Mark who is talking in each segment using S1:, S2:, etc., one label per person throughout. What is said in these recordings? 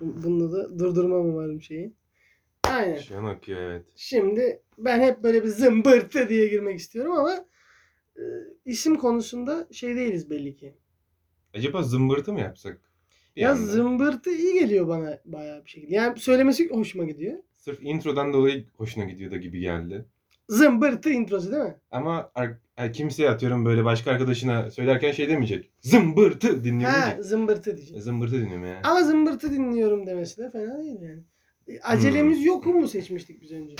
S1: Bununla da durdurmam umarım şeyi. Aynen.
S2: Şen akıyor evet.
S1: Şimdi ben hep böyle bir zımbırtı diye girmek istiyorum ama e, isim konusunda şey değiliz belli ki.
S2: Acaba zımbırtı mı yapsak? Bir
S1: ya
S2: yandan.
S1: zımbırtı iyi geliyor bana bayağı bir şekilde. Yani söylemesi hoşuma gidiyor.
S2: Sırf introdan dolayı hoşuna gidiyor da gibi geldi.
S1: Zımbırtı introsu değil mi?
S2: Ama ar- yani kimseye atıyorum böyle başka arkadaşına söylerken şey demeyecek. Zımbırtı dinliyorum
S1: Ha
S2: diyecek.
S1: zımbırtı diyeceğim.
S2: Zımbırtı dinliyorum ya.
S1: Ama zımbırtı dinliyorum demesi de fena değil yani. E, Acelemiz yok mu seçmiştik biz önce?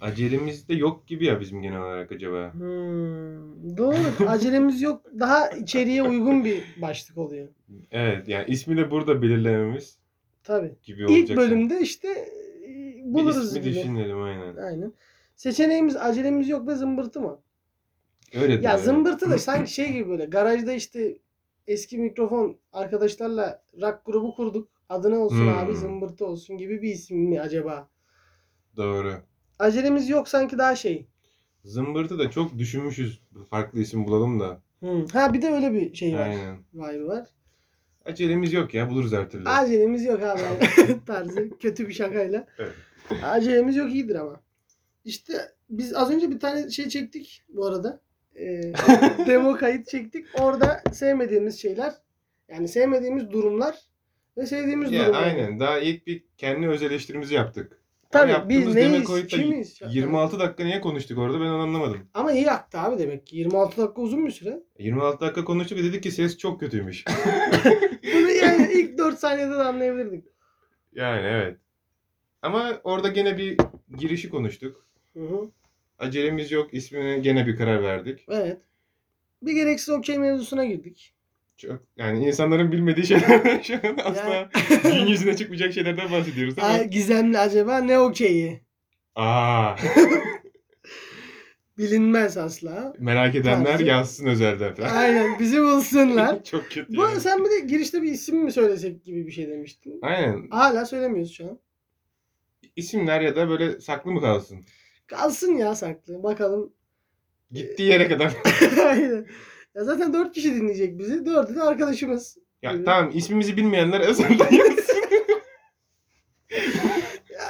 S2: Acelemiz de yok gibi ya bizim genel olarak acaba.
S1: Hmm, doğru. Acelemiz yok. Daha içeriye uygun bir başlık oluyor.
S2: Evet yani ismi de burada belirlememiz
S1: Tabii.
S2: gibi olacak.
S1: İlk
S2: sanki.
S1: bölümde işte e, buluruz
S2: Bir ismi
S1: gibi.
S2: düşünelim aynen.
S1: Aynen. Seçeneğimiz acelemiz yok ve zımbırtı mı?
S2: Öyle de.
S1: Ya zımbırtı da sanki şey gibi böyle garajda işte eski mikrofon arkadaşlarla rock grubu kurduk. Adına olsun
S2: Hmm.
S1: abi zımbırtı olsun gibi bir isim mi acaba?
S2: Doğru.
S1: Acelemiz yok sanki daha şey.
S2: Zımbırtı da çok düşünmüşüz. Farklı isim bulalım da.
S1: Hmm. Ha bir de öyle bir şey var.
S2: Aynen.
S1: Vibe var.
S2: Acelemiz yok ya buluruz her türlü.
S1: Acelemiz yok abi tarzı kötü bir şakayla.
S2: Evet.
S1: Acelemiz yok iyidir ama. İşte biz az önce bir tane şey çektik bu arada. Ee, demo kayıt çektik. Orada sevmediğimiz şeyler yani sevmediğimiz durumlar ve sevdiğimiz
S2: Ya
S1: durumlar.
S2: aynen. Daha ilk bir kendi öz eleştirimizi yaptık. Ama
S1: Tabii
S2: yaptığımız
S1: biz
S2: deme
S1: neyiz,
S2: koyuta
S1: kimiz?
S2: 26 dakika niye konuştuk orada ben onu anlamadım.
S1: Ama iyi aktı abi demek ki. 26 dakika uzun bir süre.
S2: 26 dakika konuştuk ve dedik ki ses çok kötüymüş.
S1: Bunu yani ilk 4 saniyede de anlayabilirdik.
S2: yani evet. Ama orada gene bir girişi konuştuk.
S1: Hı hı.
S2: Acelemiz yok ismine gene bir karar verdik.
S1: Evet. Bir gereksiz okey mevzusuna girdik.
S2: Çok yani insanların bilmediği şeyler şu an asla
S1: Yani-
S2: gün yüzüne çıkmayacak şeylerden bahsediyoruz ama.
S1: Aa, Ee, Gizemli acaba ne okeyi?
S2: Aa,
S1: Bilinmez asla.
S2: merak edenler
S1: Tarzı.
S2: yazsın özelden falan.
S1: Aynen bizi bulsunlar.
S2: çok kötü.
S1: Bu
S2: yani.
S1: arada sen bir de girişte bir isim mi söylesek gibi bir şey demiştin.
S2: Aynen.
S1: Hala söylemiyoruz şu an.
S2: İsimler ya da böyle saklı mı kalsın?
S1: Kalsın ya saklı. Bakalım. Ee,
S2: Gittiği yere kadar.
S1: Aynen. Ya zaten dört kişi dinleyecek bizi. Dördü de arkadaşımız.
S2: ya
S1: Evet.
S2: tamam ismimizi bilmeyenler özelden yazsın.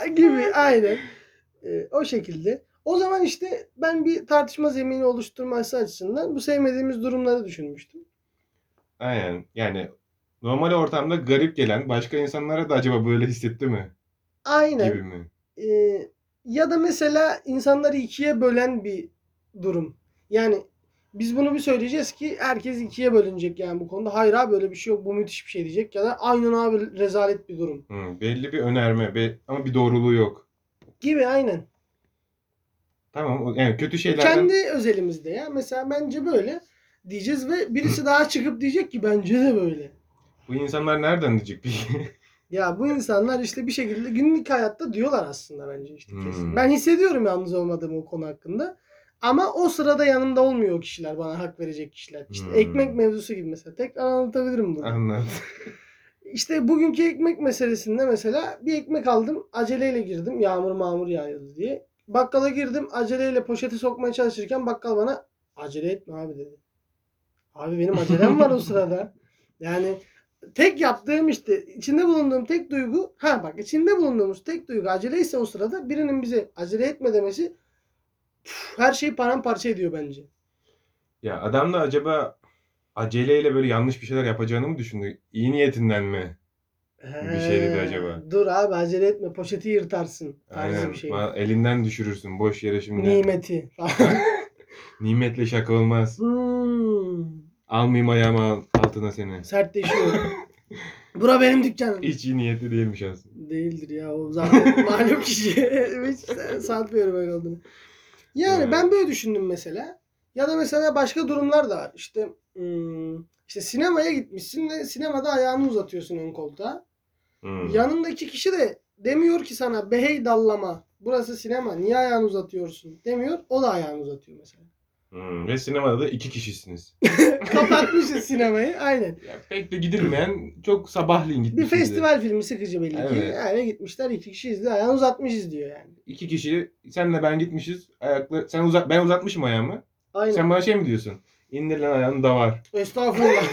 S1: Ya gibi aynen. Ee, o şekilde. O zaman işte ben bir tartışma zemini oluşturması açısından bu sevmediğimiz durumları düşünmüştüm.
S2: Aynen. Yani normal ortamda garip gelen başka insanlara da acaba böyle hissetti mi?
S1: Aynen.
S2: Gibi mi?
S1: Ee, ya da mesela insanları ikiye bölen bir durum. Yani biz bunu bir söyleyeceğiz ki herkes ikiye bölünecek yani bu konuda. Hayır abi böyle bir şey yok bu müthiş bir şey diyecek ya da aynen abi rezalet bir durum
S2: Hı, belli bir önerme be- ama bir doğruluğu yok.
S1: gibi aynen.
S2: Tamam o- yani kötü şeylerden
S1: Kendi özelimizde ya mesela bence böyle diyeceğiz ve birisi daha çıkıp diyecek ki bence de böyle.
S2: bu insanlar nereden diyecek bir
S1: Ya bu insanlar işte bir şekilde günlük hayatta diyorlar aslında bence işte kesin.
S2: Hmm.
S1: Ben hissediyorum yalnız olmadığımı o konu hakkında. Ama o sırada yanımda olmuyor o kişiler bana hak verecek kişiler. İşte
S2: Hmm.
S1: ekmek mevzusu gibi mesela. Tekrar anlatabilirim bunu.
S2: Anladım.
S1: İşte bugünkü ekmek meselesinde mesela bir ekmek aldım aceleyle girdim yağmur mağmur yağıyordu diye. Bakkala girdim aceleyle poşeti sokmaya çalışırken bakkal bana acele etme abi dedi. Abi benim acelem var o sırada. Yani tek yaptığım işte içinde bulunduğum tek duygu ha bak içinde bulunduğumuz tek duygu aceleyse o sırada birinin bize acele etme demesi püf, her şeyi paramparça ediyor bence.
S2: Ya adam da acaba aceleyle böyle yanlış bir şeyler yapacağını mı düşündü? İyi niyetinden mi? Bir şey dedi
S1: He,
S2: acaba.
S1: Dur abi acele etme poşeti yırtarsın. tarzı
S2: Aynen.
S1: Bir şey.
S2: Ba- Elinden düşürürsün boş yere şimdi.
S1: Nimeti.
S2: Nimetle şaka olmaz.
S1: Hmm.
S2: Almayayım ayağımı al- altına seni.
S1: Sertleşiyor. Bura benim dükkanım.
S2: Hiç iyi niyetli değilmiş aslında.
S1: Değildir ya o zaten malum kişi. Hiç sanmıyorum öyle olduğunu. Yani
S2: Evet.
S1: ben böyle düşündüm mesela. Ya da mesela başka durumlar da var. İşte hmm, işte sinemaya gitmişsin ve sinemada ayağını uzatıyorsun ön koltuğa.
S2: Hmm.
S1: Yanındaki kişi de demiyor ki sana behey dallama. Burası sinema. Niye ayağını uzatıyorsun? Demiyor. O da ayağını uzatıyor mesela.
S2: Hmm. Ve sinemada da iki kişisiniz.
S1: Kapatmışız sinemayı. Aynen.
S2: Ya pek de gidilmeyen çok sabahleyin
S1: Bir
S2: gitmişiz. de.
S1: festival filmi sıkıcı belli ki.
S2: Evet.
S1: Yani gitmişler iki kişi izliyor. Ayağını uzatmışız diyor yani.
S2: İki kişi senle ben gitmişiz. Ayakla sen uzat ben uzatmışım ayağımı.
S1: Aynen.
S2: Sen bana şey mi diyorsun? İndir lan ayağını da var.
S1: Estağfurullah.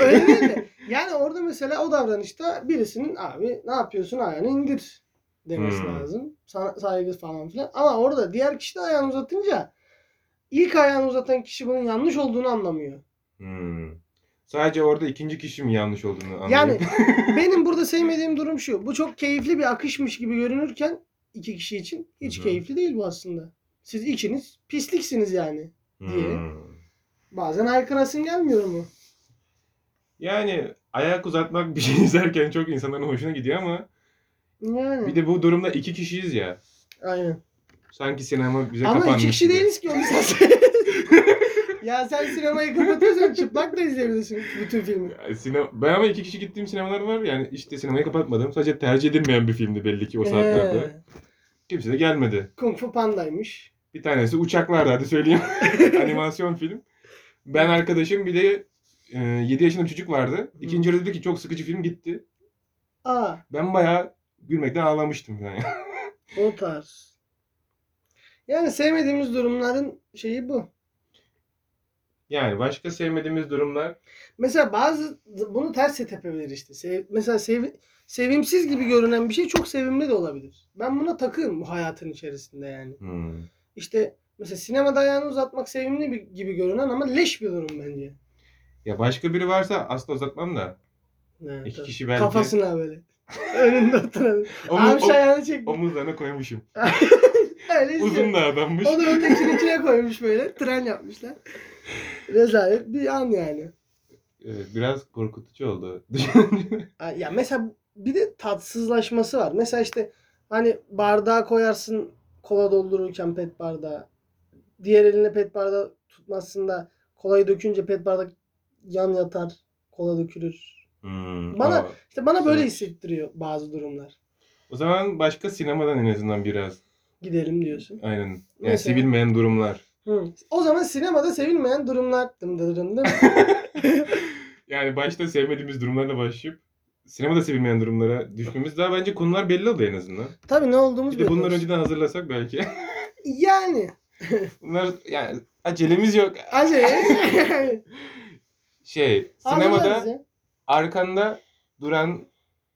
S1: Öyle değil de. Yani orada mesela o davranışta birisinin abi ne yapıyorsun ayağını indir demesi
S2: Hmm.
S1: lazım. Sa- saygı falan filan. Ama orada diğer kişi de ayağını uzatınca ilk ayağını uzatan kişi bunun yanlış olduğunu anlamıyor.
S2: Hmm. Sadece orada ikinci kişi mi yanlış olduğunu anlayıp.
S1: Yani benim burada sevmediğim durum şu. Bu çok keyifli bir akışmış gibi görünürken iki kişi için hiç
S2: Hı hı.
S1: keyifli değil bu aslında. Siz ikiniz pisliksiniz yani. diye.
S2: Hmm.
S1: Bazen haykırasın gelmiyor mu?
S2: Yani ayak uzatmak bir şey izlerken çok insanların hoşuna gidiyor ama
S1: Yani.
S2: bir de bu durumda iki kişiyiz ya.
S1: Aynen.
S2: Sanki sinema bize
S1: Ama
S2: kapanmış
S1: iki kişi
S2: gibi.
S1: değiliz ki onu sen. ya sen sinemayı kapatıyorsan çıplak da izleyebilirsin bütün filmi.
S2: Yani sine- ben ama iki kişi gittiğim sinemalar var. Yani işte sinemayı kapatmadım. Sadece tercih edilmeyen bir filmdi belli ki o saatlerde.
S1: Ee,
S2: Kimse de gelmedi.
S1: Kung Fu Panda'ymış.
S2: Bir tanesi uçaklardı hadi söyleyeyim. Animasyon film. Ben arkadaşım bir de 7 yaşında bir çocuk vardı. İkinci yarıda dedi ki çok sıkıcı film gitti.
S1: Aa
S2: Ben bayağı gülmekten ağlamıştım yani.
S1: o tarz. Yani sevmediğimiz durumların şeyi bu.
S2: Yani başka sevmediğimiz durumlar
S1: Mesela bazı bunu ters de tepebilir işte. Sev- mesela sev- sevimsiz gibi görünen bir şey çok sevimli de olabilir. Ben buna takığım bu hayatın içerisinde yani.
S2: Hmm.
S1: İşte mesela sinemada ayağını uzatmak sevimli bir, gibi görünen ama leş bir durum bence.
S2: Ya başka biri varsa asla uzatmam da.
S1: Evet,
S2: İki
S1: tabii.
S2: kişi belki.
S1: Kafasına böyle. Önünde oturan.
S2: Omuz-
S1: Amca ayağını çekmiş.
S2: omuzlarına koymuşum.
S1: Öyle izliyor.
S2: Uzun da adammış.
S1: Onu ötekinin içine koymuş böyle. Tren yapmışlar. Rezalet bir an yani.
S2: Evet, biraz korkutucu oldu.
S1: Ha, Ya mesela bir de tatsızlaşması var. Mesela işte hani bardağa koyarsın kola doldururken pet bardağı. Diğer eline pet bardağı tutmazsın da kolayı dökünce pet bardak yan yatar. Kola dökülür.
S2: Hmm,
S1: Bana-
S2: ama
S1: İşte bana böyle
S2: Evet.
S1: hissettiriyor bazı durumlar.
S2: O zaman başka sinemadan en azından biraz.
S1: Gidelim diyorsun.
S2: Aynen. Yani
S1: Mesela?
S2: sevilmeyen durumlar.
S1: Hı. O zaman sinemada sevilmeyen durumlar. Dım dı dım dım.
S2: Yani başta sevmediğimiz durumlarla başlayıp sinemada sevilmeyen durumlara düşmemiz daha bence konular belli oldu en azından.
S1: Tabii ne olduğumuz
S2: Bir de bunları
S1: olsun.
S2: önceden hazırlasak belki.
S1: Yani.
S2: Bunlar yani acelemiz yok.
S1: Acayip.
S2: Şey,
S1: Anlarız
S2: sinemada
S1: ya.
S2: arkanda duran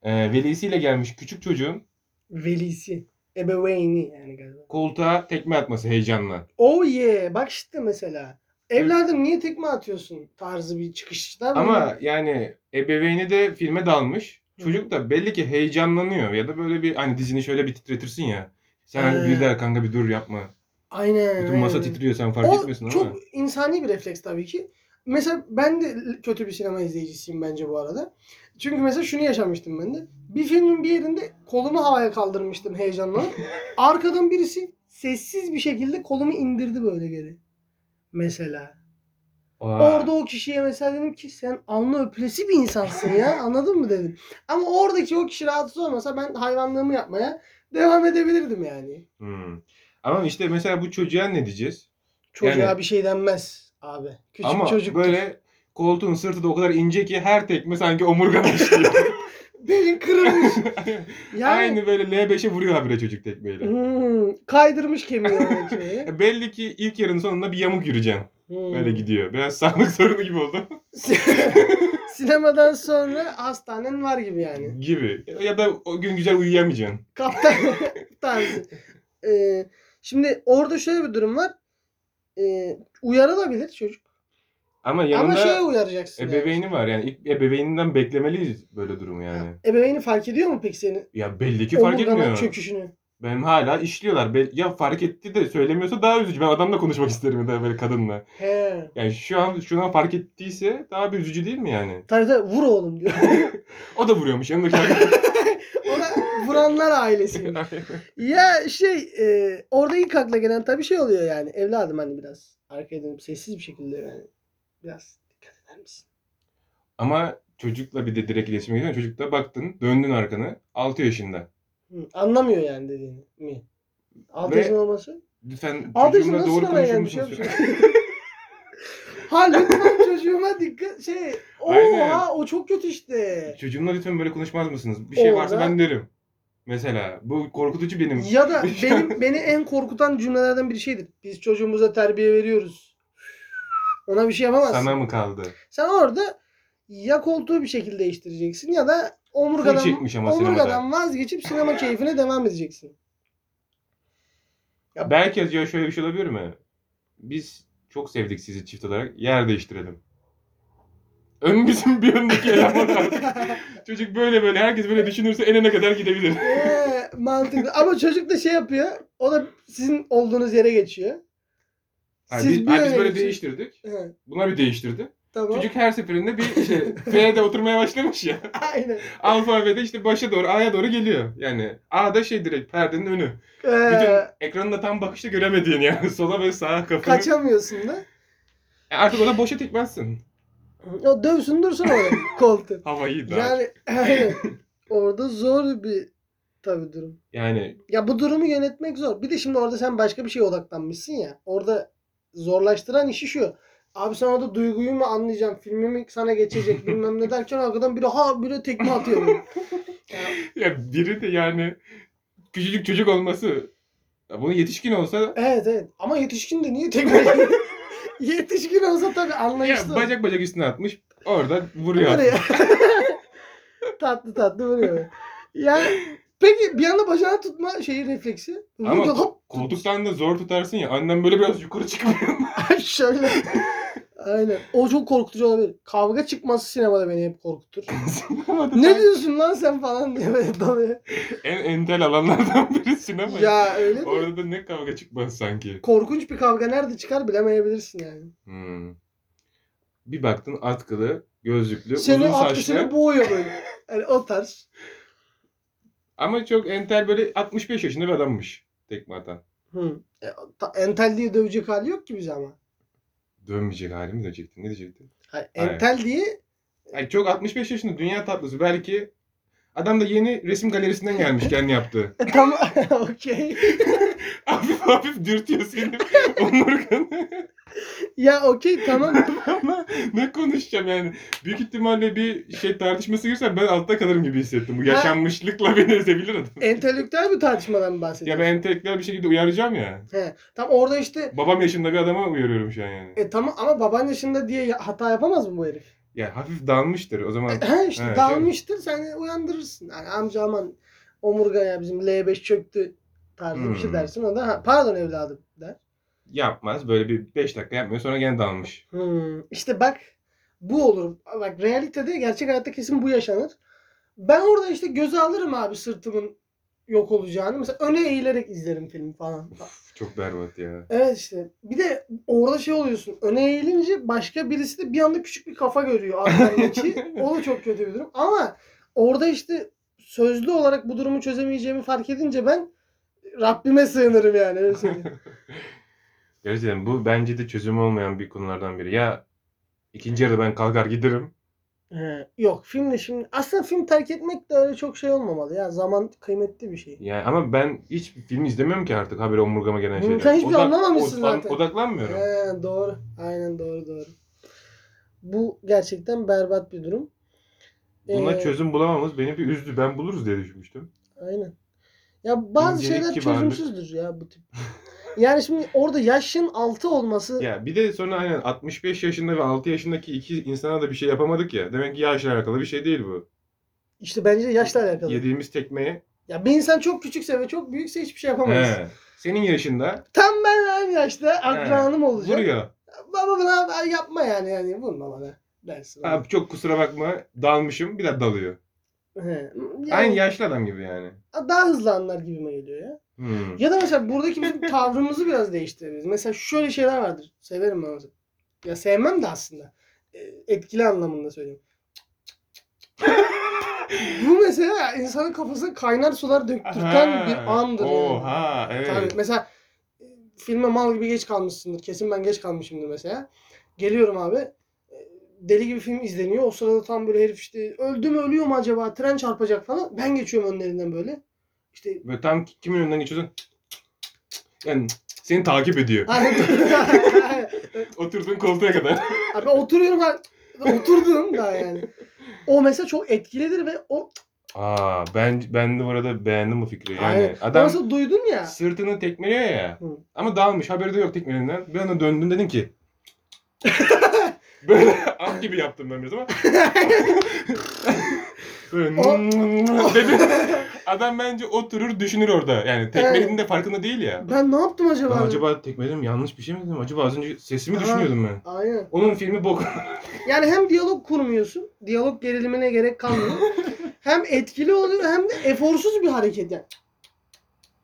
S2: e, velisiyle gelmiş küçük çocuğun
S1: Velisi. Ebeveyni yani galiba.
S2: koltuğa tekme atması heyecanla.
S1: Oh yeah. Bak işte mesela. Evladım niye tekme atıyorsun tarzı bir çıkışlar var.
S2: Ama yani ebeveyni de filme dalmış. Çocuk da belli ki heyecanlanıyor ya da böyle bir hani dizini şöyle bir titretirsin ya. Sen
S1: Ee.
S2: bir der kanka bir dur yapma.
S1: Aynen.
S2: Bütün masa
S1: aynen.
S2: titriyor sen fark
S1: O
S2: etmiyorsun
S1: çok
S2: ama.
S1: insani bir refleks tabii ki. Mesela ben de l- kötü bir sinema izleyicisiyim bence bu arada. Çünkü mesela şunu yaşamıştım ben de. Bir filmin bir yerinde kolumu havaya kaldırmıştım heyecanlanıp. Arkadan birisi sessiz bir şekilde kolumu indirdi böyle geri. Mesela.
S2: Aa.
S1: Orada o kişiye mesela dedim ki sen alnı öpülesi bir insansın ya anladın mı dedim. Ama oradaki o kişi rahatsız olmasa ben hayvanlığımı yapmaya devam edebilirdim yani.
S2: Hmm. Ama işte mesela bu çocuğa ne diyeceğiz?
S1: Çocuğa
S2: Yani-
S1: bir şey denmez abi. Küçük
S2: Ama
S1: çocuk.
S2: böyle koltuğun sırtı da o kadar ince ki her tekme sanki omurgana işliyor.
S1: Belin kırılmış. Yani
S2: Aynı böyle L5'e vuruyor habire çocuk tekmeyle.
S1: Hmm, kaydırmış kemiği oradaki şeyi.
S2: E Belli ki ilk yarın sonunda bir yamuk yürüyeceksin.
S1: Hmm.
S2: Böyle gidiyor. Biraz sağlık sorunu gibi oldu.
S1: Sinemadan sonra hastanen var gibi yani.
S2: gibi. Ya da o gün güzel uyuyamayacaksın.
S1: Kaptan tarzı. Ee, şimdi orada şöyle bir durum var. Ee, uyarılabilir çocuk.
S2: Ama yanında
S1: Ama şeye uyaracaksın. yani.
S2: ebeveyni var. Yani ilk ebeveyninden beklemeliyiz böyle durumu yani.
S1: Ebeveyni fark ediyor mu peki senin
S2: Ya belli ki fark
S1: omurgana
S2: etmiyor.
S1: çöküşünü?
S2: Benim hala işliyorlar. Bel- ya fark etti de söylemiyorsa daha üzücü. Ben adamla konuşmak isterim ya da böyle kadınla.
S1: He.
S2: Yani şu an şu an fark ettiyse daha bir üzücü değil mi yani?
S1: Tabii tabii vur oğlum diyor.
S2: O da vuruyormuş yanındaki arkadaş.
S1: o da vuranlar ailesi. ya şey e, orada ilk akla gelen tabii şey oluyor yani. Evladım hani biraz arkaya dönüp sessiz bir şekilde yani biraz dikkat eder misin?
S2: Ama çocukla bir de direkt iletişime geçiyorsun. Çocukla baktın, döndün arkana. 6 yaşında.
S1: Hı, anlamıyor yani dediğini mi? Altı
S2: Ve-
S1: yaşın olması?
S2: Lütfen
S1: Altı yaşın
S2: çocuğumla
S1: nasıl doğru
S2: doğru konuşur
S1: yani? Şey
S2: musunuz?
S1: yapmış. ha lütfen çocuğuma dikkat şey.
S2: Aynen.
S1: Oha o çok kötü işte.
S2: Çocuğumla lütfen böyle konuşmaz mısınız? Bir şey varsa
S1: Orada-
S2: ben derim. Mesela bu korkutucu benim.
S1: Ya da benim beni en korkutan cümlelerden biri şeydir. Biz çocuğumuza terbiye veriyoruz. Ona bir şey yapamazsın.
S2: Sana mı kaldı?
S1: Sen orada ya koltuğu bir şekilde değiştireceksin ya da omurgadan,
S2: Full çekmiş ama
S1: omurgadan vazgeçip sinema keyfine devam edeceksin. Ya-
S2: Belki acaba şöyle bir şey olabilir mi? Biz çok sevdik sizi çift olarak. Yer değiştirelim. Ön bizim bir öndeki eleman artık. Çocuk böyle böyle herkes böyle düşünürse enene kadar gidebilir.
S1: Ee, mantıklı. Ama çocuk da şey yapıyor. O da sizin olduğunuz yere geçiyor.
S2: Ha,
S1: Siz
S2: biz,
S1: bir
S2: ha, biz
S1: yere
S2: böyle
S1: geçin-
S2: değiştirdik.
S1: He,
S2: Bunlar bir değiştirdi.
S1: tamam.
S2: Çocuk her seferinde bir işte F'de oturmaya başlamış ya.
S1: Aynen.
S2: Alfabede işte başa doğru A'ya doğru geliyor. Yani A'da şey direkt perdenin önü.
S1: Ee,
S2: Bütün ekranında tam bakışta göremediğin yani. Sola ve sağa kafanı.
S1: kaçamıyorsun da.
S2: E artık ona boşa tekmezsin.
S1: O dövsün dursun orada koltuğu.
S2: Havayı da. Yani...
S1: Yani aynen. Orada zor bir tabii durum. Ya bu durumu yönetmek zor. Bir de şimdi orada sen başka bir şeye odaklanmışsın ya. Orada zorlaştıran işi şu. Abi sen orada duyguyu mu anlayacaksın, filmi mi sana geçecek bilmem ne derken arkadan biri ha biri tekme atıyor. böyle.
S2: ya biri de yani küçücük çocuk olması. Ya bunu yetişkin olsa
S1: Evet evet. Ama yetişkin de niye tekme Yetişkin olsa tabii anlayışlı.
S2: ya,
S1: olur. Hani
S2: bacak bacak üstüne atmış. Orada vuruyor.
S1: tatlı tatlı vuruyor. Yani peki bir anda bacağını tutma şeyi refleksi.
S2: Ama-
S1: Vurunca hop
S2: Koltuktan da zor tutarsın ya. Annem böyle biraz yukarı çıkıyor.
S1: şöyle. Aynen. O çok korkutucu olabilir. Kavga çıkması sinemada beni hep korkutur.
S2: Sinemada
S1: ne diyorsun lan sen falan diye böyle dalıyor.
S2: en entel alanlardan biri sinema.
S1: ya öyle mi?
S2: Orada da ne kavga çıkmaz sanki.
S1: Korkunç bir kavga nerede çıkar bilemeyebilirsin yani.
S2: Hmm. Bir baktın atkılı, gözlüklü,
S1: Seni
S2: uzun
S1: arkasını
S2: saçlı.
S1: boğuyor böyle. Yani o tarz.
S2: Ama çok entel böyle 65 yaşında bir adammış. Tekme atan.
S1: Hı. E, ta- entel diye dövecek hali yok ki bize ama.
S2: Dönmeyecek hali mi diyecektin? Ne diyecektin?
S1: Hayır,
S2: Aynen.
S1: entel diye
S2: Ay çok 65 yaşında dünya tatlısı. Belki adam da yeni resim galerisinden gelmiş kendi yaptığı.
S1: E, tam okey.
S2: hafif hafif dürtüyor seni. Omurganı.
S1: ya okey tamam.
S2: Ama ne konuşacağım yani. Büyük ihtimalle bir şey tartışması girsen ben altta kalırım gibi hissettim. Bu yaşanmışlıkla beni ezebilir adam.
S1: Entelektüel bir tartışmadan mı
S2: Ya
S1: bahsediyorsun?
S2: ben entelektüel bir şekilde uyaracağım ya.
S1: He. Tam orada işte
S2: Babam yaşında bir adama uyarıyorum şu an yani.
S1: e tamam ama baban yaşında diye ya- hata yapamaz mı bu herif?
S2: Ya hafif dalmıştır o zaman.
S1: He işte
S2: Evet,
S1: dalmıştır seni uyandırırsın. Yani amca aman omurga ya bizim L5 çöktü tarzı bir şey
S2: Hmm.
S1: dersin. O da ha, pardon evladım der.
S2: Yapmaz. Böyle bir 5 dakika yapmıyor. Sonra gene dalmış.
S1: Hmm. İşte bak bu olur. Bak realitede gerçek hayatta kesin bu yaşanır. Ben orada işte göze alırım abi sırtımın yok olacağını. Mesela öne eğilerek izlerim filmi falan.
S2: Uf, çok berbat ya.
S1: Evet işte. Bir de orada şey oluyorsun. Öne eğilince başka birisi de bir anda küçük bir kafa görüyor arkandaki. o da çok kötü bir durum. Ama orada işte sözlü olarak bu durumu çözemeyeceğimi fark edince ben Rabbime sığınırım yani. Öyle söyleyeyim.
S2: Gerçekten bu bence de çözümü olmayan bir konulardan biri. Ya ikinci yarıda ben kalkar giderim.
S1: He, Yok filmle şimdi aslında film terk etmek de öyle çok şey olmamalı ya. Zaman kıymetli bir şey.
S2: Yani ama ben hiç film izlemiyorum ki artık haberi omurgama gelen
S1: Hı,
S2: şeyler.
S1: sen hiçbir şey anlamamışsın zaten.
S2: Odaklanmıyorum.
S1: He, doğru. Aynen doğru doğru. Bu gerçekten berbat bir durum.
S2: Buna
S1: Ee,
S2: çözüm bulamamız beni bir üzdü. Ben buluruz diye düşünmüştüm.
S1: Aynen. Ya bazı
S2: İncelik,
S1: şeyler
S2: kibarlık.
S1: çözümsüzdür ya bu tip. Yani şimdi orada yaşın altı olması
S2: Ya bir de sonra aynen 65 yaşında ve 6 yaşındaki iki insana da bir şey yapamadık ya. Demek ki yaşla alakalı bir şey değil bu.
S1: işte bence yaşla alakalı.
S2: Yediğimiz tekmeye.
S1: Ya bir insan çok küçükse ve çok büyükse hiçbir şey yapamayız.
S2: He. Senin yaşında
S1: Tam benle aynı yaşta akranım olacak.
S2: vuruyor.
S1: Baba bana yapma yani yani vurma bana dersin. ona.
S2: Abi çok kusura bakma dalmışım bir daha dalıyor.
S1: He. Yani
S2: Aynı yaşlı adam gibi yani.
S1: daha hızlı anlar gibime geliyor ya.
S2: Hmm.
S1: Ya da mesela buradaki bizim tavrımızı biraz değiştirebiliriz. Mesela şöyle şeyler vardır. Severim ben onu. Ya sevmem de aslında. E, Etkili anlamında söylüyorum. Bu mesela insanın kafasına kaynar sular döktürten
S2: Aha.
S1: bir andır. yani.
S2: Oha evet.
S1: Tabii mesela e, filme mal gibi geç kalmışsındır. Kesin ben geç kalmışımdır mesela. Geliyorum abi. e, Deli gibi film izleniyor. O sırada tam böyle herif işte öldü mü ölüyor mu acaba? Tren çarpacak falan. Ben geçiyorum önlerinden böyle. İşte
S2: Böyle tam ki- kimin önünden geçiyorsun? Yani seni takip ediyor. Oturduğun koltuğa kadar.
S1: Abi oturuyorum ha. Oturdum da yani. O mesela çok etkilidir ve o
S2: Aa ben ben de bu arada beğendim bu fikri. Yani
S1: Aynen.
S2: adam
S1: nasıl duydun ya.
S2: sırtını tekmeliyor ya.
S1: Hı.
S2: Ama dalmış haberi de yok tekmelinden. Bir anda döndüm dedim ki Böyle at gibi yaptım ben biraz ama. Böyle dedi. Adam bence oturur düşünür orada. Yani tekmelerin de farkında değil ya.
S1: Ben ne yaptım acaba?
S2: Lan acaba tekmeledim yanlış bir şey mi dedim? Acaba az önce sesimi
S1: Aha.
S2: düşünüyordum ben.
S1: Aynen.
S2: Onun filmi bok.
S1: Yani hem diyalog kurmuyorsun. Diyalog gerilimine gerek kalmıyor. hem etkili oluyor hem de eforsuz bir hareket yani.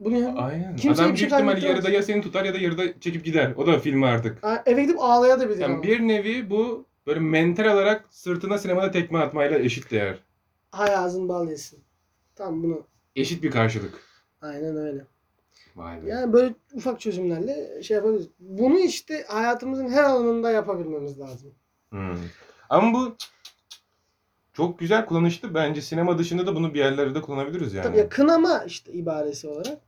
S1: Bunu ya.
S2: Aynen.
S1: Kimse
S2: Adam
S1: bir
S2: büyük
S1: şey
S2: ihtimal
S1: zannetmez.
S2: yarıda ya seni tutar ya da yarıda çekip gider. O da filmi artık.
S1: Aa, Eve gidip ağlaya da bilir ama.
S2: Yani bir nevi bu böyle mental olarak sırtına sinemada tekme atmayla eşit değer.
S1: Hay ağzını bal yesin. Tam bunu.
S2: Eşit bir karşılık.
S1: Aynen öyle.
S2: Vay be.
S1: Yani böyle ufak çözümlerle şey yapabiliriz. Bunu işte hayatımızın her alanında yapabilmemiz lazım.
S2: Hmm. Ama bu çok güzel kullanışlı. Bence sinema dışında da bunu bir yerlerde kullanabiliriz yani.
S1: Tabii ya kınama işte ibaresi olarak.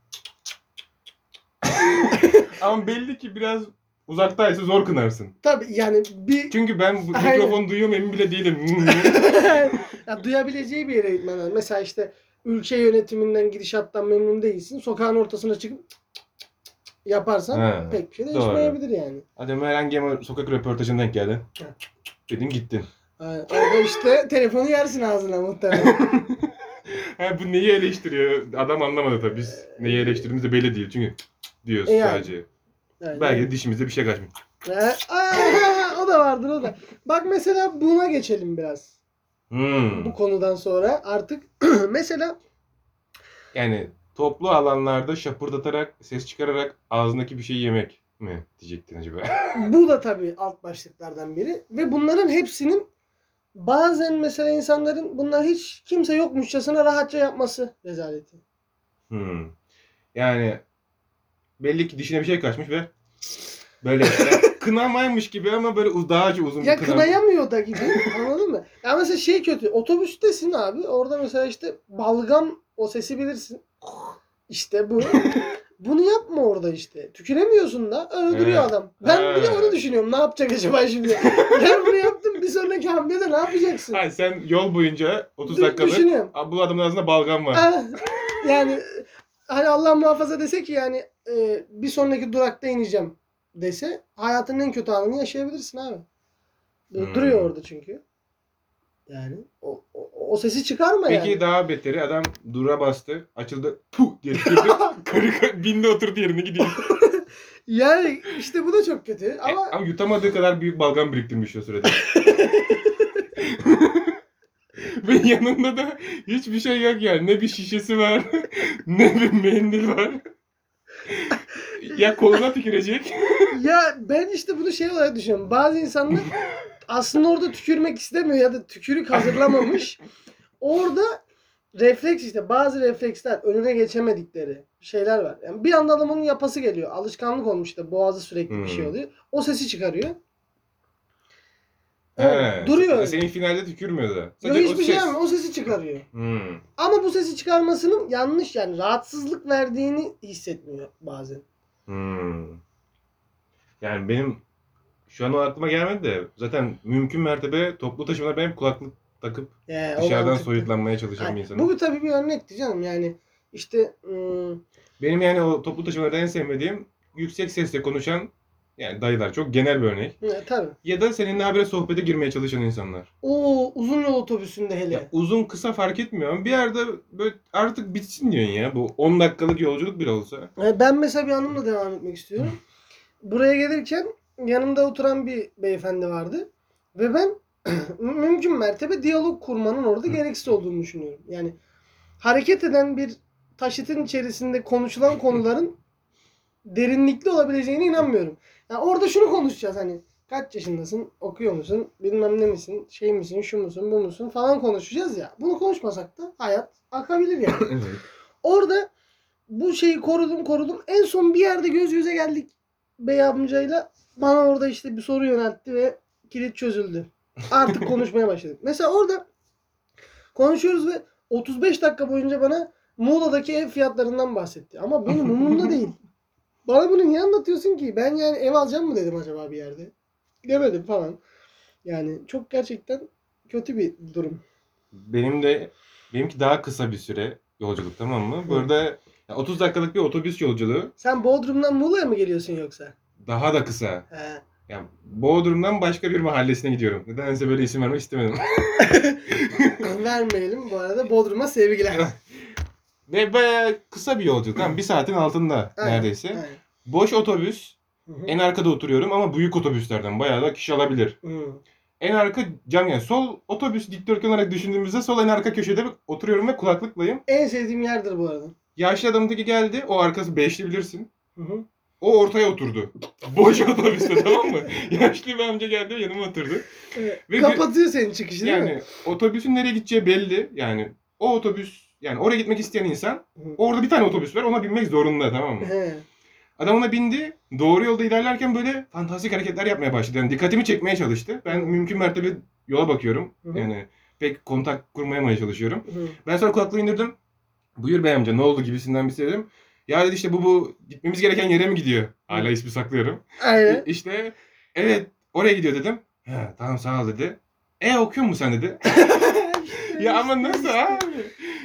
S2: Ama belli ki biraz uzaktaysa zor kınarsın.
S1: Tabii yani bir
S2: Çünkü ben bu
S1: Aynen.
S2: mikrofonu duyuyorum emin bile değilim.
S1: ya duyabileceği bir yere gitmen lazım. Mesela işte ülke yönetiminden gidişattan memnun değilsin. Sokağın ortasına çıkıp cık cık cık cık yaparsan
S2: He,
S1: pek bir şey değişmeyebilir yani.
S2: Hadi herhangi bir sokak röportajına denk geldin.
S1: Evet.
S2: Dedin gittin.
S1: Yani orada işte telefonu yersin ağzına muhtemelen.
S2: Ha, bu neyi eleştiriyor? Adam anlamadı tabii. Biz neyi eleştirdiğimiz de belli değil. Çünkü diyoruz
S1: E yani.
S2: sadece.
S1: Yani-
S2: Belki de dişimizde bir şey kaçmış.
S1: Ha, aa, o da vardır o da. Bak mesela buna geçelim biraz.
S2: Hmm.
S1: Bu konudan sonra artık mesela
S2: Yani toplu alanlarda şapırdatarak, ses çıkararak ağzındaki bir şey yemek mi diyecektin acaba?
S1: bu da tabii alt başlıklardan biri ve bunların hepsinin bazen mesela insanların bunlar hiç kimse yokmuşçasına rahatça yapması rezaleti.
S2: Hmm. Yani belli ki dişine bir şey kaçmış ve böyle işte kınamaymış gibi ama böyle uz- daha uzun bir
S1: Ya
S2: kınama.
S1: kınayamıyor da gibi anladın mı? Ya mesela şey kötü otobüstesin abi orada mesela işte balgam o sesi bilirsin. İşte bu. Bunu yapma orada işte. Tüküremiyorsun da öldürüyor
S2: Evet.
S1: adam. Ben bir de
S2: Evet.
S1: onu düşünüyorum. Ne yapacak acaba şimdi? ben bunu yaptım. Bir sonraki hamlede ne yapacaksın?
S2: Hayır, sen yol boyunca 30
S1: Dü-
S2: dakikalık
S1: Düşünüyorum.
S2: "Aa, bu adamın ağzında balgam var.
S1: Ah, yani hani Allah muhafaza dese ki yani e, bir sonraki durakta ineceğim dese hayatının en kötü anını yaşayabilirsin abi. Böyle
S2: Hmm.
S1: Duruyor orada çünkü. Yani o, o, o sesi çıkarma
S2: Peki
S1: yani.
S2: daha beteri adam dura bastı, açıldı, puh diye tükürdü. Karı bindi oturdu yerine gidiyor.
S1: Yani işte bu da çok kötü
S2: E, Ama...
S1: ama
S2: yutamadığı kadar büyük balgam biriktirmiş o sürede. Ve yanında da hiçbir şey yok yani. Ne bir şişesi var, ne bir mendil var. ya koluna tükürecek.
S1: ya ben işte bunu şey olarak düşünüyorum. Bazı insanlar aslında orada tükürmek istemiyor ya da tükürük hazırlamamış. Orada refleks işte bazı refleksler önüne geçemedikleri şeyler var. Yani bir anda adamın yapası geliyor. Alışkanlık olmuş da boğazı sürekli bir şey
S2: Hmm.
S1: oluyor. O sesi çıkarıyor.
S2: He.
S1: Evet, duruyor. öyle.
S2: Senin finalde tükürmüyordu.
S1: Yok, hiçbir şey yapmıyor. O sesi çıkarıyor.
S2: Hmm.
S1: Ama bu sesi çıkarmasının yanlış yani rahatsızlık verdiğini hissetmiyor bazen.
S2: Hmm. Yani benim şu an o aklıma gelmedi de zaten mümkün mertebe toplu taşımada ben hep kulaklık takıp
S1: Ee, o
S2: dışarıdan
S1: mantıklı.
S2: soyutlanmaya çalışan bir
S1: Aynen.
S2: insanım.
S1: Bu tabii bir örnekti canım yani işte ım,
S2: Benim yani o toplu taşımalarda en sevmediğim yüksek sesle konuşan yani dayılar çok genel bir örnek.
S1: Ya, tabii.
S2: Ya da seninle habire sohbete girmeye çalışan insanlar.
S1: O uzun yol otobüsünde hele.
S2: Ya uzun kısa fark etmiyor ama bir yerde böyle artık bitsin diyorsun ya. Bu 10 dakikalık yolculuk bile olsa.
S1: E, Ben mesela bir anımla devam etmek istiyorum. Buraya gelirken yanımda oturan bir beyefendi vardı. Ve ben mümkün mertebe diyalog kurmanın orada gereksiz olduğunu düşünüyorum. Yani hareket eden bir taşıtın içerisinde konuşulan konuların derinlikli olabileceğine inanmıyorum. Yani orada şunu konuşacağız hani kaç yaşındasın, okuyor musun, bilmem ne misin, şey misin, şu musun, bu musun falan konuşacağız ya. Bunu konuşmasak da hayat akabilir yani.
S2: Evet.
S1: Orada bu şeyi korudum korudum. En son bir yerde göz göze geldik bey amcayla. Bana orada işte bir soru yöneltti ve kilit çözüldü. Artık konuşmaya başladık. Mesela orada konuşuyoruz ve 35 dakika boyunca bana Muğla'daki ev fiyatlarından bahsetti. Ama benim umurumda değil. Bana bunu niye anlatıyorsun ki? Ben yani ev alacağım mı dedim acaba bir yerde. Demedim falan. Yani çok gerçekten kötü bir durum.
S2: Benim de benimki daha kısa bir süre yolculuk tamam mı? Burada 30 dakikalık bir otobüs yolculuğu
S1: Sen Bodrum'dan Muğla'ya mı geliyorsun yoksa?
S2: daha da kısa.
S1: He.
S2: Yani Bodrum'dan başka bir mahallesine gidiyorum. Nedense böyle isim vermek istemedim.
S1: Vermeyelim bu arada. Bodrum'a sevgiler.
S2: Ve bayağı kısa bir yolculuk. Tamam, bir saatin altında
S1: Aynen,
S2: neredeyse.
S1: aynen.
S2: Boş otobüs.
S1: Hı hı.
S2: En arkada oturuyorum ama büyük otobüslerden bayağı da kişi alabilir.
S1: Hı.
S2: En arka cam yani sol otobüs dikdörtgen olarak düşündüğümüzde sol en arka köşede oturuyorum ve kulaklıklayım.
S1: En sevdiğim yerdir bu arada.
S2: Yaşlı adamın teki geldi. O arkası beşli bilirsin.
S1: Hı hı.
S2: O ortaya oturdu. Boş otobüste tamam mı? Yaşlı bir amca geldi yanıma oturdu.
S1: Evet.
S2: Ve-
S1: Ee, Kapatıyor senin çıkışı değil mi?
S2: Yani otobüsün nereye gideceği belli. Yani o otobüs yani oraya gitmek isteyen insan
S1: Hı.
S2: orada bir tane otobüs var ona binmek zorunda tamam mı?
S1: He.
S2: Adam ona bindi. Doğru yolda ilerlerken böyle fantastik hareketler yapmaya başladı. Yani dikkatimi çekmeye çalıştı. Ben
S1: Hı.
S2: mümkün mertebe yola bakıyorum.
S1: Hı hı.
S2: Yani pek kontak kurmaya çalışıyorum.
S1: Hı.
S2: Ben sonra kulaklığı indirdim. Buyur bey amca ne oldu gibisinden bir şey dedim. Ya dedi işte bu bu gitmemiz gereken yere mi gidiyor? Hala ismi saklıyorum.
S1: Aynen.
S2: İşte evet oraya gidiyor dedim. He, tamam sağ ol dedi. E okuyor musun sen dedi. ya ama nasıl abi?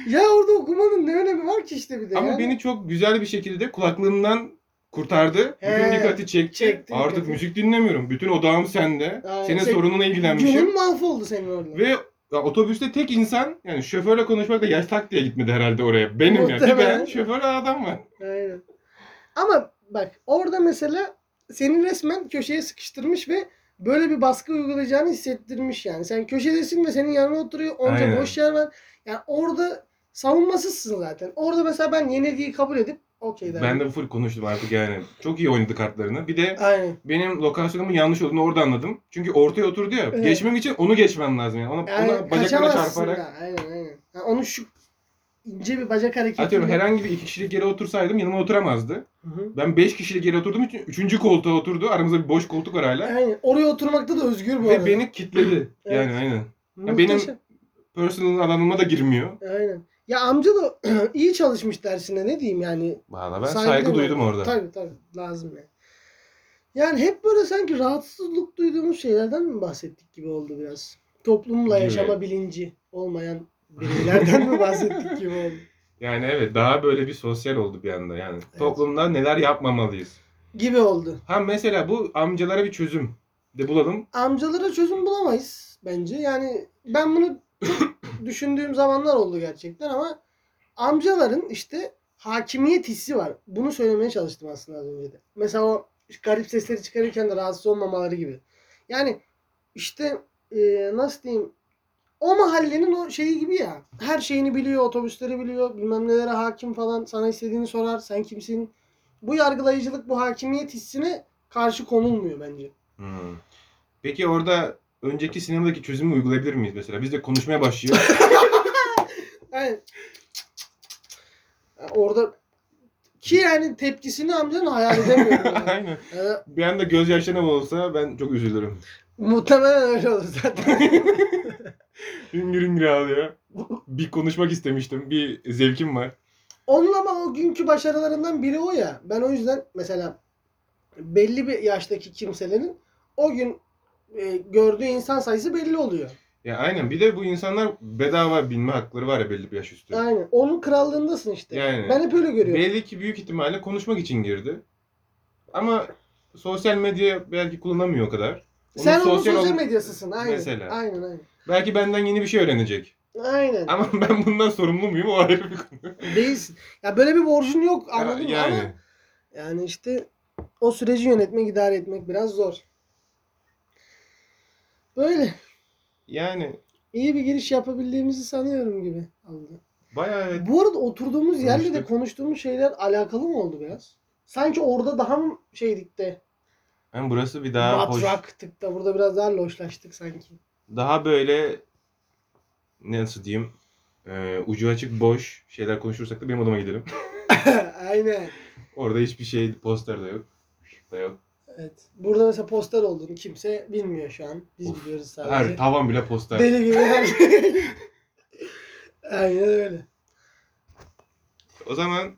S1: Ya orada okumanın ne önemi var ki işte bir de.
S2: Ama
S1: yani.
S2: beni çok güzel bir şekilde kulaklığımdan kurtardı.
S1: He,
S2: Bütün dikkati çekti.
S1: çekti
S2: Artık
S1: dikkati.
S2: müzik dinlemiyorum. Bütün odağım sende.
S1: Aynen.
S2: Senin
S1: Sen-
S2: sorununa ilgilenmişim.
S1: Günün mahvoldu senin orada.
S2: Ve ya, otobüste tek insan yani şoförle konuşmak da yaş tak diye gitmedi herhalde oraya. Benim yani. Bir
S1: Muhtemelen.
S2: ben şoför adam var.
S1: Aynen. Ama bak orada mesela seni resmen köşeye sıkıştırmış ve böyle bir baskı uygulayacağını hissettirmiş yani. Sen köşedesin ve senin yanına oturuyor. Onca
S2: Aynen.
S1: boş yer var. Yani orada savunmasızsın zaten. Orada mesela ben yenilgiyi kabul edip okey derdim.
S2: Ben de bu full konuştum artık yani. Çok iyi oynadı kartlarını. Bir de
S1: Aynen.
S2: benim lokasyonumun yanlış olduğunu orada anladım. Çünkü ortaya oturdu ya.
S1: Evet.
S2: Geçmem için onu geçmem lazım yani. Ona,
S1: Yani
S2: ona bacaklara
S1: kaçamazsın
S2: çarparak.
S1: da. Aynen aynen. Yani onu şu ince bir bacak hareketiyle.
S2: Atıyorum herhangi bir iki kişilik yere otursaydım yanıma oturamazdı.
S1: Hı hı.
S2: Ben beş kişilik yere oturduğum için üçüncü koltuğa oturdu. Aramızda bir boş koltuk var hala.
S1: Aynen. Oraya oturmakta da özgür bu
S2: Ve
S1: arada.
S2: beni kitledi.
S1: Evet.
S2: Yani aynen.
S1: Muhteşem.
S2: benim- Personal alanıma da girmiyor.
S1: Aynen. Ya amca da iyi çalışmış dersine ne diyeyim yani.
S2: Valla ben
S1: Saygı
S2: saygı, duydum
S1: var.
S2: orada.
S1: Tabii tabii lazım yani. Yani hep böyle sanki rahatsızlık duyduğumuz şeylerden mi bahsettik gibi oldu biraz. Toplumla
S2: Gibi.
S1: yaşama bilinci olmayan bireylerden mi bahsettik gibi oldu.
S2: Yani evet daha böyle bir sosyal oldu bir anda yani. Toplumda neler yapmamalıyız.
S1: Gibi oldu.
S2: Ha mesela bu amcalara bir çözüm de bulalım.
S1: Amcalara çözüm bulamayız bence. Yani ben bunu çok düşündüğüm zamanlar oldu gerçekten ama amcaların işte hakimiyet hissi var. Bunu söylemeye çalıştım aslında az önce de. Mesela o garip sesleri çıkarırken de rahatsız olmamaları gibi. Yani işte e, nasıl diyeyim o mahallenin o şeyi gibi ya. Her şeyini biliyor, otobüsleri biliyor, bilmem nelere hakim falan. Sana istediğini sorar, sen kimsin? Bu yargılayıcılık, bu hakimiyet hissine karşı konulmuyor bence.
S2: Hmm. Peki orada önceki sinemadaki çözümü uygulayabilir miyiz mesela? Biz de konuşmaya başlıyoruz.
S1: Yani orada ki yani tepkisini amcanın hayal edemiyorum. Yani. Ee,
S2: Aynen.
S1: Yani
S2: Bir anda gözyaşlarına olsa ben çok üzülürüm.
S1: muhtemelen öyle olur zaten.
S2: Hüngür hüngür ağlıyor. Bir konuşmak istemiştim. Bir zevkim var.
S1: Onun ama o günkü başarılarından biri o ya. Ben o yüzden mesela belli bir yaştaki kimselerin o gün e, gördüğü insan sayısı belli oluyor.
S2: Ya aynen. Bir de bu insanlar bedava binme hakları var ya belli bir yaş üstü.
S1: Aynen. Onun krallığındasın işte.
S2: Yani.
S1: Ben hep öyle görüyorum.
S2: Belli ki büyük ihtimalle konuşmak için girdi. Ama sosyal medya belki kullanamıyor o kadar. Onun
S1: Sen onun sosyal,
S2: ol-
S1: medyasısın. Aynen.
S2: Mesela.
S1: Aynen aynen.
S2: Belki benden yeni bir şey öğrenecek.
S1: Aynen.
S2: Ama ben bundan sorumlu muyum o ayrı bir konu.
S1: Değilsin. Ya böyle bir borcun yok anladın mı?
S2: yani.
S1: Ama Yani işte o süreci yönetmek, idare etmek biraz zor. Böyle
S2: Yani
S1: iyi bir giriş yapabildiğimizi sanıyorum gibi oldu.
S2: bayağı evet.
S1: Bu arada oturduğumuz yerle de
S2: Konuştuk.
S1: konuştuğumuz şeyler alakalı mı oldu biraz? Sanki orada daha mı şey şeydik de
S2: Hem burası bir daha hoş.
S1: batraktık da burada biraz daha loşlaştık sanki.
S2: Daha böyle nasıl diyeyim e, ucu açık boş şeyler konuşursak da benim odama gidelim.
S1: Aynen.
S2: Orada hiçbir şey poster de yok. Da yok.
S1: Evet. Burada mesela poster olduğunu kimse bilmiyor şu an. Biz
S2: Of.
S1: biliyoruz sadece.
S2: Her tavan bile poster.
S1: Deli gibi her şey. Aynen öyle.
S2: O zaman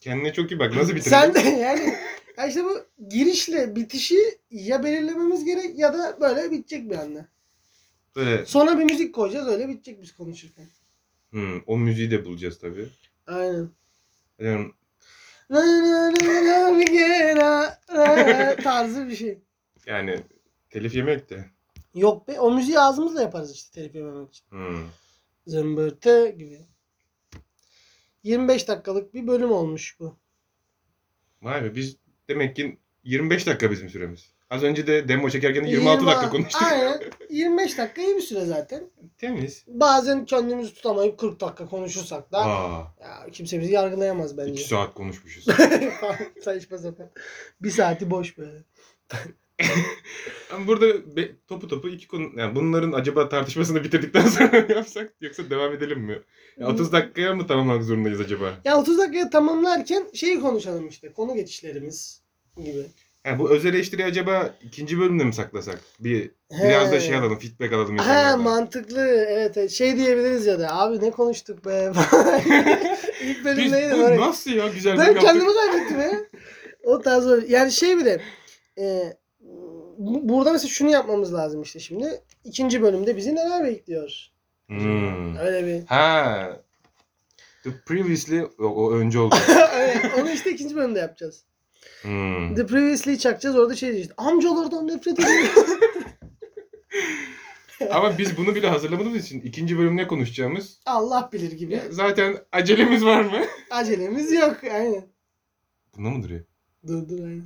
S2: kendine çok iyi bak. Nasıl bitirdin?
S1: Sen de yani ya işte bu girişle bitişi ya belirlememiz gerek ya da böyle bitecek bir anda.
S2: Böyle
S1: Sonra bir müzik koyacağız öyle bitecek biz konuşurken.
S2: hmm, o müziği de bulacağız tabii.
S1: Aynen.
S2: Yani
S1: Na na na na bir gena, na na tarzı bir şey.
S2: Yani telif yemek de.
S1: Yok be o müziği ağzımızla yaparız işte telif yememek için.
S2: Hmm.
S1: Zımbırtı gibi. 25 dakikalık bir bölüm olmuş bu.
S2: Vay be biz demek ki 25 dakika bizim süremiz. Az önce de demo çekerken de 26 dakika konuştuk.
S1: Aynen. 25 dakika iyi bir süre zaten.
S2: Temiz.
S1: Bazen kendimizi tutamayıp 40 dakika konuşursak da
S2: Aa,
S1: ya kimse bizi yargılayamaz
S2: 2
S1: bence.
S2: saat konuşmuşuz.
S1: Saçma sapan. Bir saati boş böyle.
S2: Ama burada be- topu topu iki konu... Yani bunların acaba tartışmasını bitirdikten sonra mı yapsak yoksa devam edelim mi? Ya 30 dakikaya mı tamamlamak zorundayız acaba?
S1: Ya 30 dakikayı tamamlarken şeyi konuşalım işte. Konu geçişlerimiz gibi.
S2: Ha, bu öz eleştiri acaba ikinci bölümde mi saklasak? Bir Biraz da şey
S1: He.
S2: alalım, feedback alalım
S1: Ha
S2: insanlardan.
S1: mantıklı. Evet, evet. Şey diyebiliriz ya da abi ne konuştuk be falan. İlk
S2: Biz,
S1: bölüm neydi?
S2: bu
S1: var ya?
S2: nasıl ya güzel
S1: Ben
S2: bir
S1: kendimi kaybettim ya. O tarz böyle. Yani şey bile e, bu- burada mesela şunu yapmamız lazım işte şimdi. İkinci bölümde bizi neler bekliyor?
S2: Hmm.
S1: Öyle bir.
S2: Ha. The previously o, o önce oldu.
S1: Evet, onu işte ikinci bölümde yapacağız.
S2: Hmm.
S1: The Previously çakacağız orada şey diyeceğiz. Amcalardan nefret ediyorum.
S2: Ama biz bunu bile hazırlamadığımız için ikinci bölüm ne konuşacağımız
S1: Allah bilir gibi.
S2: zaten acelemiz var mı?
S1: Acelemiz yok. Aynen.
S2: Bunda mı duruyor?
S1: Dur dur aynen.